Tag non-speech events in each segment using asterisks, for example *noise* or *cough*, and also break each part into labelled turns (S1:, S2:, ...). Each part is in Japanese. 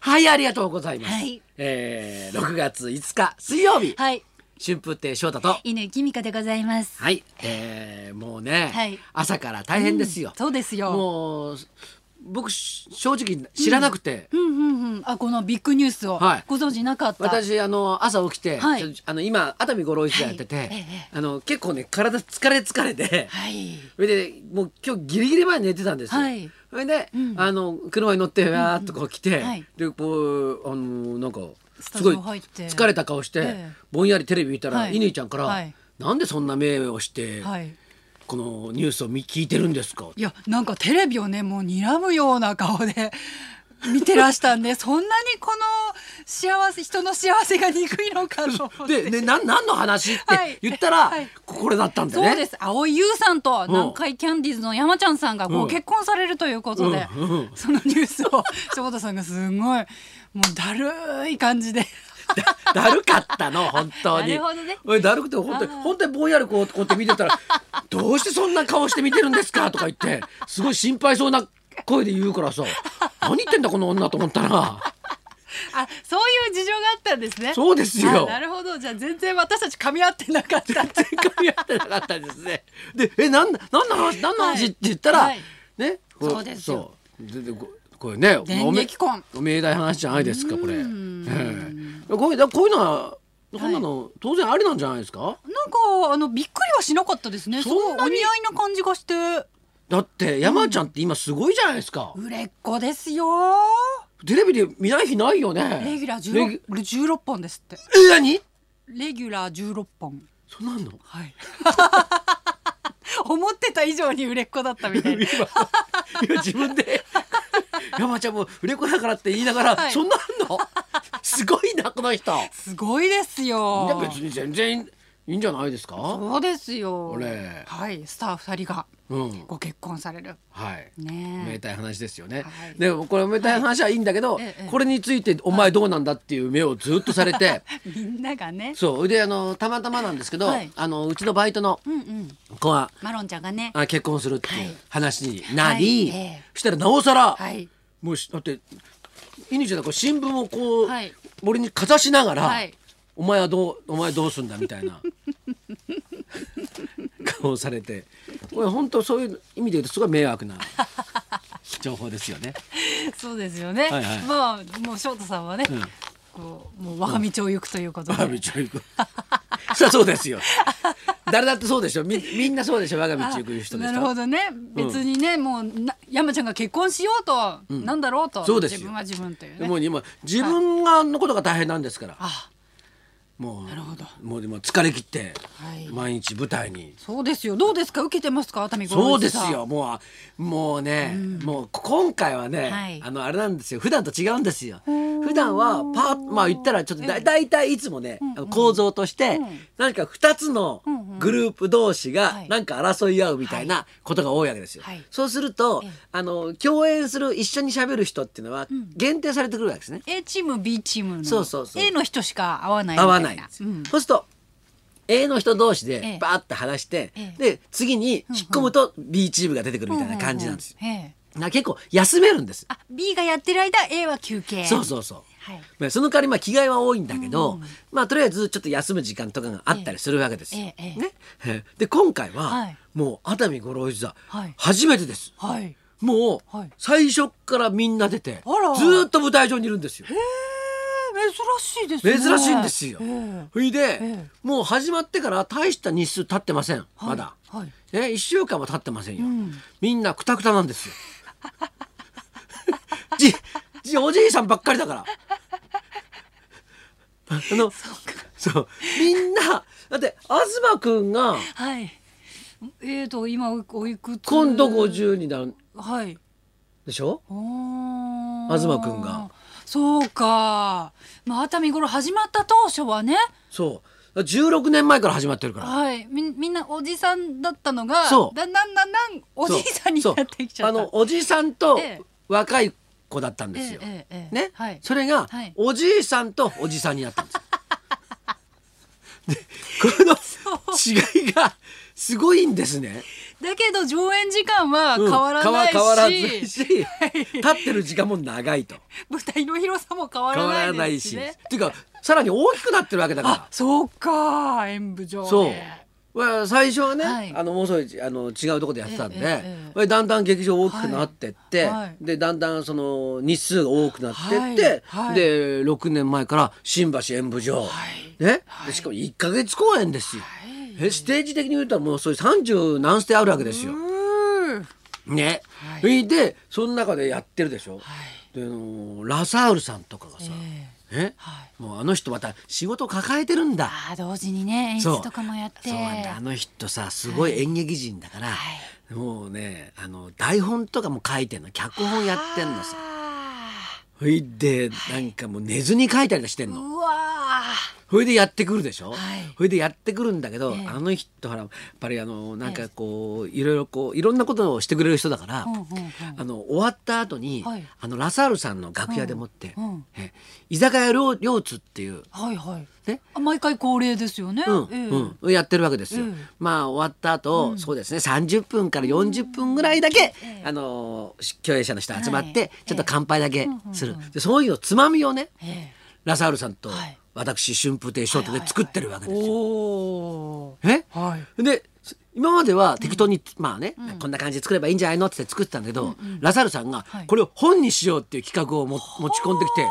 S1: はいありがとうございます、
S2: はい
S1: えー、6月5日水曜日、
S2: はい、
S1: 春風亭昇太と
S2: 犬きみかでございます。
S1: はい、えー、もうね、
S2: はい
S1: 朝から大変ですよ、
S2: うんそうですよ。
S1: もう僕し正直知らなくて、
S2: うんうんうん、あ、このビッグニュースを
S1: はい
S2: ご存知なかった。
S1: 私あの朝起きて、
S2: はい
S1: ちょあの今熱海五郎一座やってて、
S2: はいええ
S1: あの結構ね体疲れ疲れて
S2: はい。
S1: それでもう今日ギリギリまで寝てたんですよ。
S2: はい
S1: それで、
S2: うん
S1: あの車に乗ってわーっとこう来て、
S2: はい
S1: でこうあのなんか
S2: スタ
S1: す
S2: ジオ
S1: ごい
S2: 入って
S1: 疲れた顔して、
S2: ええ
S1: ぼんやりテレビ見たら、
S2: はい
S1: 乾ちゃんから、
S2: はい
S1: なんでそんな目をして、
S2: はい。
S1: このニュースを見聞いてるんですか?」
S2: いや、なんかテレビをね、もう睨むような顔で。 *laughs* 見てらしたんで、そんなにこの幸せ、人の幸せが憎いのかと思って。
S1: で、ね、な何の話って
S2: はい
S1: 言ったら、
S2: はい
S1: これだったんだ
S2: そ
S1: よね。
S2: うです蒼井優さんと南海キャンディーズの山ちゃんさんが
S1: う
S2: ご
S1: ん
S2: 結婚されるということで、
S1: うんうん
S2: そのニュースを翔太さんがすごいもうだるい感じで
S1: *laughs* だるかったの本当に。
S2: なるほどね
S1: おいだるくて本当に本当にぼんやりこうこうやって見て
S2: *laughs*
S1: たらどうしてそんな顔して見てるんですかとか言ってすごい心配そうな声で言うからさ何言ってんだこの女と思ったら
S2: *laughs* あ、そういう事情があったんですね。
S1: そうですよ
S2: あなるほど、じゃあ全然私たち噛み合ってなかった。
S1: 全然噛み合ってなかったですね。でえなんだなんの話なんの話
S2: はい
S1: って言ったら、
S2: はい
S1: ねこ
S2: そうですよ
S1: そうででここれね
S2: 電撃婚
S1: おめおめでたい話じゃないですかこれ。え
S2: ん
S1: えこういうだこういうのはこんなの、当然ありなんじゃないですか。
S2: なんかあのびっくりはしなかったですね。す
S1: そ
S2: ごい
S1: ん
S2: お
S1: なに
S2: 似合いな感じがして。
S1: だって山ちゃんって今すごいじゃないですか、
S2: 売れっ子ですよ。
S1: テレビで見ない日ないよね
S2: レギュラー十
S1: レギ
S2: 六、十六本ですって。
S1: え何
S2: レギュラー十六本。
S1: そんなんの
S2: はい。思ってた以上に売れっ子だったみたい
S1: *laughs*
S2: な。
S1: 今今自分
S2: *laughs*
S1: で山ちゃんも売れっ子だからって言いながら、
S2: はい
S1: そんなんのすごいなこの人い
S2: すごいですよ
S1: や。別に全然いいんじゃないですか
S2: そうですよ
S1: 俺。
S2: はい、スター二人が
S1: うん
S2: ご結婚される。
S1: はい
S2: ねえ。
S1: めでたい話ですよね、
S2: はい
S1: でもこれめでたい話はいいんだけど、
S2: ええええ
S1: これについてお前どうなんだっていう目をずっとされて
S2: みんながね。
S1: そうであのたまたまなんですけど、
S2: はい
S1: あのうちのバイトの
S2: うんうん。
S1: 子は
S2: マロンちゃんがね。
S1: あ結婚するってい
S2: は
S1: う
S2: い
S1: 話になり、
S2: はいええ
S1: したらなおさら、
S2: はい。
S1: もうしだって犬ちゃんがこう新聞をこう、
S2: はい
S1: 俺にかざしながら、
S2: はい
S1: お前はどうお前どうすんだみたいな *laughs* 顔をされてこれ本当そういう意味で言うとすごい迷惑
S2: *laughs*
S1: な情報ですよね。
S2: そうですよね。
S1: はいはい
S2: まあ、もう翔太さんはね。
S1: ん
S2: こう、もう我が道を行くということ
S1: 我
S2: で。
S1: が道を行く *laughs* そりゃそうですよ。誰だってそうでしょみみんなそうでしょ我が道を行く人で
S2: あ
S1: し
S2: なる
S1: ょ
S2: ほ。どね別にね、もうな山ちゃんが結婚しようと、なんだろうと
S1: そうですよ
S2: 自分は自分という
S1: で
S2: ね
S1: も今自分がのことが大変なんですから、
S2: あ
S1: もう
S2: なるほど
S1: もうでも疲れ切って
S2: はい
S1: 毎日舞台に、
S2: そうですよどうですか受けてますか熱海五
S1: そ
S2: 郎
S1: う
S2: 一
S1: で
S2: さ
S1: す
S2: ん
S1: よもうもうね、もう今回はね、
S2: はい
S1: あのあれなんですよ普段と違うんですよ普段はパーまあ言ったらちょっとだだいたいいつもね、あの構造として、何か2つのグループ同士
S2: は
S1: が
S2: い
S1: なんか争い合うみたいなことが多いわけですよ、
S2: はい
S1: そうすると、
S2: ええ
S1: あの共演する一緒に喋る人っていうのは限定されてくるわけですね、
S2: A チーム B チームの
S1: そうそうそう
S2: A の人しか会わないみ
S1: 合
S2: たいな
S1: わないんですよ、
S2: うん
S1: そうすると A の人同士
S2: え
S1: で
S2: え
S1: バーッと話して、
S2: ええ
S1: で次に引っ込むと B チームが出てくるみたいな感じなんですよ、
S2: うううええ
S1: な結構休めるんです、
S2: あ B がやってる間 A は休憩
S1: そうそうそう
S2: はい
S1: まあその代わりまあ着替えは多いんだけど、まあとりあえずちょっと休む時間とかがあったりするわけですよ、
S2: ええええ
S1: ねええで今回は、
S2: はい
S1: もう熱海五郎一座、
S2: はい
S1: 初めてです
S2: はい
S1: もう、
S2: はい
S1: 最初からみんな出て
S2: あら
S1: ずーっと舞台上にいるんですよ
S2: えー、珍しいですね
S1: 珍しいんですよ。
S2: ええ
S1: それで、
S2: ええ
S1: もう始まってから大した日数経ってません、まだ、
S2: はいはい
S1: ね、1週間も経ってませんよ、
S2: ん
S1: みんなくたくたなんですよ *laughs* じじおじいさんばっかりだからあのそうみんなだって東くんが
S2: はいえーと今おおいくつ
S1: 今度50になる
S2: はい
S1: でしょ
S2: おー
S1: 東くんが
S2: そうかまあ熱海頃始まった当初はね
S1: そう16年前から始まってるから
S2: はいみみんなおじさんだったのが
S1: そう
S2: だんだんだんだんおじいさんに
S1: そ
S2: な
S1: う
S2: ってきちゃった
S1: そうあのおじさんと
S2: ええ
S1: 若い子だったんですよ、
S2: ええええええ
S1: ね、
S2: はい
S1: それが、
S2: はい
S1: おじいさんとおじ
S2: *laughs*
S1: さんになったんですよ。でこの違いがすごいんですね。
S2: だけど上演時間は
S1: うん
S2: 変わらないし,、
S1: 変わらずし、立ってる時間も長いと。
S2: 舞台の広さも変わ
S1: 変わ
S2: ら
S1: ら
S2: な
S1: ない
S2: で
S1: い
S2: す
S1: し。
S2: し、ね、
S1: っていうか、さらに大きくなってるわけだ
S2: あ
S1: か
S2: そうか演舞場
S1: ら。
S2: で
S1: そう。まあ、最初はね、
S2: はい
S1: あのもうそいあの違うところでやってたんで、
S2: えええ
S1: だんだん劇場大きくなってって、
S2: はいはい
S1: でだんだんその日数が多くなってって、
S2: はいはい
S1: で6年前から新橋演舞場、
S2: はい
S1: ね
S2: はい
S1: でしかも1か月公演ですよ、
S2: はい
S1: えステージ的に言うともうそういう30何ステあるわけですよ。
S2: うー
S1: ね、
S2: は
S1: でその中でやってるでしょ。
S2: はい
S1: であのラサールさんとかが
S2: え
S1: さ、
S2: え
S1: え
S2: は
S1: もうあの人また仕事抱えてるんだ。
S2: あー同時にね演
S1: そう
S2: 出とかもやって
S1: そうなんだあの人さすごい演劇人だから、
S2: は
S1: もうねあの台本とかも書いてんの脚本やってんのさ
S2: あ
S1: ほいでなんかもう寝ずに書いたりしてん
S2: ー
S1: の
S2: うわ
S1: ほいでやってくるでしょ、
S2: はい
S1: ほいでやってくるんだけど、
S2: ええ
S1: あの人ほらやっぱりあのなんかこういろいろこういろんなことをしてくれる人だから、
S2: ーうんうんうん
S1: あの終わった後に、
S2: はい
S1: あのラサールさんの楽屋でもって、
S2: うんうん
S1: え居酒屋りょうりょうつっていう
S2: はいはい
S1: ね
S2: あ毎回恒例ですよね、
S1: うん
S2: ええ
S1: うん、やってるわけですよ。
S2: ええ
S1: まあ終わった後、そうですね30分から40分ぐらいだけ、
S2: ええ
S1: あのー共演者の人集まって、
S2: はい
S1: ちょっと乾杯だけ
S2: ええ
S1: する、
S2: うんうんうん
S1: でそういうのつまみをね
S2: え
S1: ラサールさんと
S2: はい
S1: 私春風亭昇太で作ってるわけ
S2: え
S1: ですよ。
S2: お
S1: え
S2: ーはい
S1: で今までは適当に、まあね、こんな感じで作ればいいんじゃないのって作ってたんだけど、ラサールさんが
S2: はい
S1: これを本にしようっていう企画をも持ち込んできて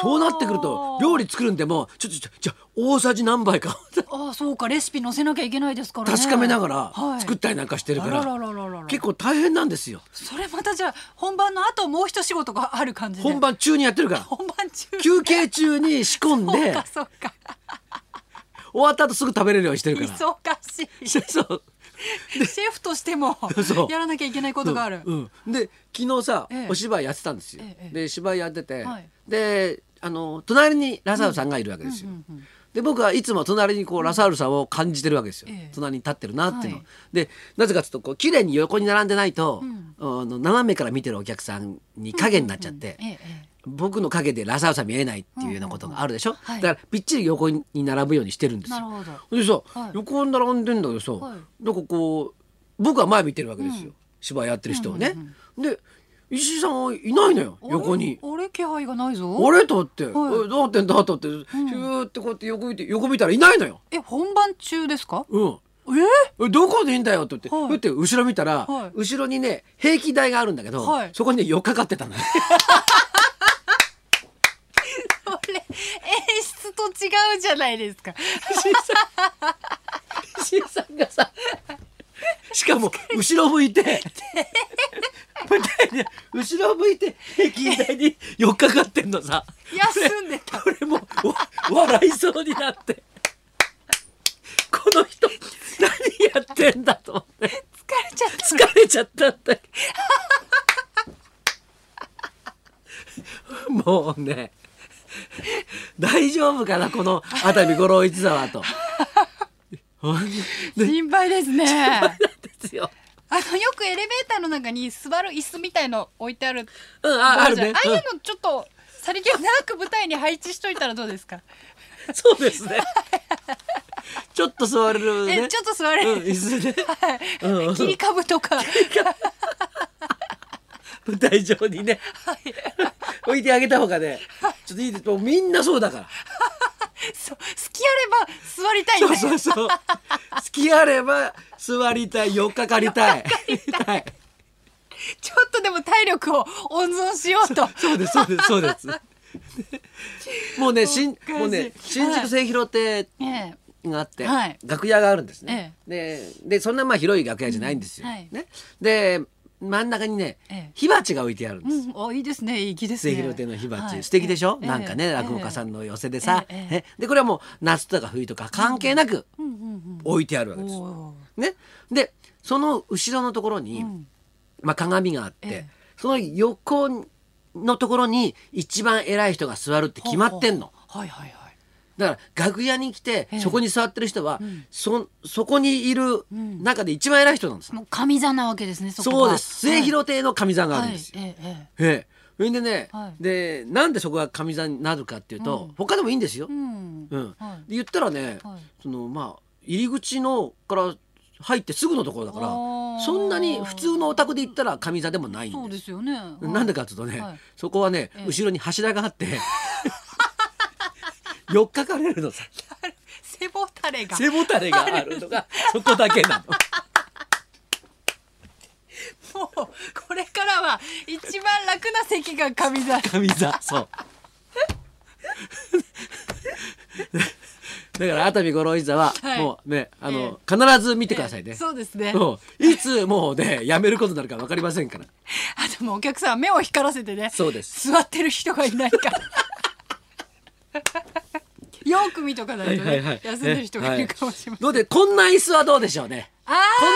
S1: そうなってくると料理作るんでもちょっとじゃあ大さじ何杯か
S2: ああそうかレシピ載せなきゃいけないですから、ね、
S1: 確かめながら
S2: はい
S1: 作ったりなんかしてるから,、
S2: あらららららら
S1: 結構大変なんですよ
S2: それまたじゃあ本番の後もう一仕事がある感じで
S1: 本番中にやってるから
S2: 本番中
S1: 休憩中に仕込ん
S2: そ
S1: で
S2: うかそうか
S1: 終わった後すぐ食べれるようにしてるから
S2: 忙しい
S1: *laughs* そ
S2: シ
S1: うそう
S2: ェフとしても
S1: そう
S2: やらなきゃいけないことがある、
S1: うんうんで昨日さ、
S2: ええ
S1: お芝居やってたんですよ、
S2: ええ
S1: で芝居やってて、
S2: はい
S1: であの隣にラサールさんがいるわけですよ、
S2: うんうんうん
S1: で僕はいつも隣にこうラサールさんを感じてるわけですよ、
S2: ええ
S1: 隣に立ってるなっていうの、
S2: はい
S1: でなぜかというとこう綺麗に横に並んでないと、
S2: うん
S1: あの斜めから見てるお客さんに影になっちゃって、
S2: ええええ
S1: 僕の影でラサールさん見えないっていうようなことがあるでしょ、
S2: うんうんうんはい
S1: だからびっちり横に並ぶようにしてるんですよ
S2: なるほど
S1: でさ、
S2: はい
S1: 横に並んでんだけどさ、
S2: はい
S1: なんかこう僕は前見てるわけですよ、芝居やってる人をね、で石井さんはいないのよ横に。
S2: あれあれ気配がないぞ
S1: あれと思って、え
S2: はい
S1: どうなってんだと思って、ヒューってこうやって横見て横見たらいないのよ。
S2: え本番中ですか
S1: うん
S2: え *laughs* ー、
S1: えどこでいいんだよって言って、
S2: はい
S1: ふって後ろ見たら、
S2: はい
S1: 後ろにね平気台があるんだけど、
S2: はい
S1: そこにねよっかかってたのよ。
S2: これ演出と違うじゃないですか
S1: 石井さん石井さんがさしかも後ろ向いて舞台で後ろ向いて平均台に寄っかかってんのさ
S2: 休んでた
S1: 俺もうわ笑いそうになってこの人何やってんだと思って
S2: 疲れちゃった
S1: 疲れちゃったんだけどもうね大丈夫かなこの熱海五郎一座はと。ほんで
S2: 心配ですねあ
S1: *laughs* ですよ。
S2: のよくエレベーターの中に座る椅子みたいの置いてある
S1: うん、あ、あるね。
S2: ああいううんのちょっとさりげなく舞台に配置しといたらどうで
S1: *laughs*
S2: すか、
S1: そうです
S2: *laughs*
S1: ね。ちょっと座れる
S2: え
S1: ね。
S2: ちょっと座れる、
S1: うん、椅子でね。
S2: はい
S1: うん
S2: 切り株と
S1: *laughs*
S2: か、はい、
S1: 舞台上にね、置いてあげた方がね。ちょっといいです。もうみんなそうだから。
S2: そう好きあれば座りたいん
S1: そう
S2: だ
S1: そうそう。好きあれば、座りたい、よっかかりたい。はい。
S2: ちょっとでも体力を温存しようと
S1: そうです、そうです、そう
S2: *laughs*
S1: です。もうね、しん
S2: おかし、い
S1: もうね、新宿末広亭
S2: ええ
S1: があって、
S2: はい
S1: 楽屋があるんですね。ででそんなまあ広い楽屋じゃないんですよ。
S2: うんはい
S1: ね、で真ん中にね、
S2: ええ
S1: 火鉢が置いてあるんです。
S2: うん、おいいですねいい気です
S1: 末
S2: ね
S1: 広亭の火鉢、
S2: はい
S1: 素敵でしょ、
S2: ええ
S1: なんかね、
S2: ええ
S1: 落語家さんの寄せでさ、
S2: ええええ
S1: ねでこれはもう夏とか冬とか関係なく
S2: うんうん
S1: 置いてあるわ
S2: う
S1: け
S2: ん
S1: です、
S2: おー
S1: ね、でその後ろのところに、
S2: ん
S1: まあ、鏡があって、
S2: ええ
S1: その横のところに一番偉い人が座るって決まってんの。
S2: はいはいはい
S1: だから楽屋に来て
S2: ええ
S1: そこに座ってる人は、そそこにいる中で一番偉い人なんですよ、
S2: もう神座なわけですねそこ
S1: そう
S2: が
S1: です末広亭の神座があるんですよ、
S2: はいはいええええ
S1: ええそれでね、
S2: はい
S1: でなんでそこが神座になるかっていうと、
S2: うん
S1: 他でもいいんですよ、
S2: うん
S1: うん
S2: は
S1: で言ったらね、
S2: はい
S1: そのまあ入り口のから入ってすぐのところだから
S2: あー
S1: そんなに普通のお宅で行ったら上座でもないん
S2: そう
S1: で
S2: ですすよね。
S1: なんでかっていうとね、
S2: はい
S1: そこはね、
S2: ええ
S1: 後ろに柱があって
S2: *laughs*
S1: よっかかれるのさ
S2: 背もたれが。
S1: 背もたれがあるの
S2: *laughs*
S1: がそこだけなの。
S2: もうこれからは一番楽な席が上座。
S1: 神座
S2: *laughs*
S1: そうだから熱海五郎一座は
S2: はい
S1: もうね、あの、必ず見てくださいね、
S2: ええそうですね。
S1: うんいつもうねやめることになるか分かりませんから
S2: あでもお客さん目を光らせてね。
S1: そうです
S2: 座ってる人がいないか。よく見とかないとね、休んでる人がいるかもしれません。
S1: のでこんな椅子はどうでしょうね
S2: あ
S1: こ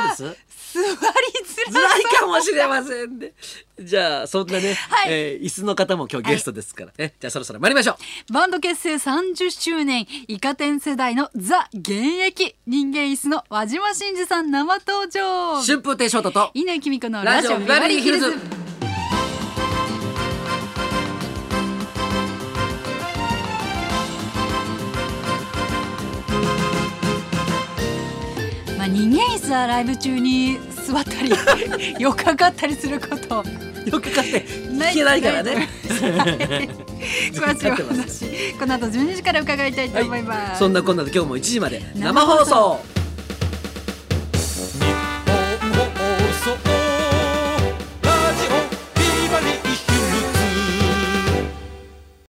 S1: んな椅子どうです
S2: *laughs* ー座りづ
S1: 辛
S2: らい。
S1: いかもしれませんねじゃあそんなね、
S2: はい
S1: えー椅子の方も今日ゲストですからね、じゃあそろそろ参りましょう
S2: バンド結成30周年イカ天世代のザ現役人間椅子の和島真二さん生登場。
S1: 春風亭昇太と
S2: 稲井君子の
S1: ラ
S2: ラ
S1: ジ
S2: ジ
S1: オ
S2: オ
S1: ビ
S2: ビ
S1: バ
S2: バ
S1: リ
S2: リ
S1: ーヒ
S2: ーヒ
S1: ル
S2: ル
S1: ズ
S2: ズ。まあ、人間椅子はライブ中に座ったり *laughs* よかかったりすること
S1: よくかって聞けないからね
S2: 詳しいお話この後12時から伺いたいと思います、
S1: そんなこんなで今日も1時まで生放送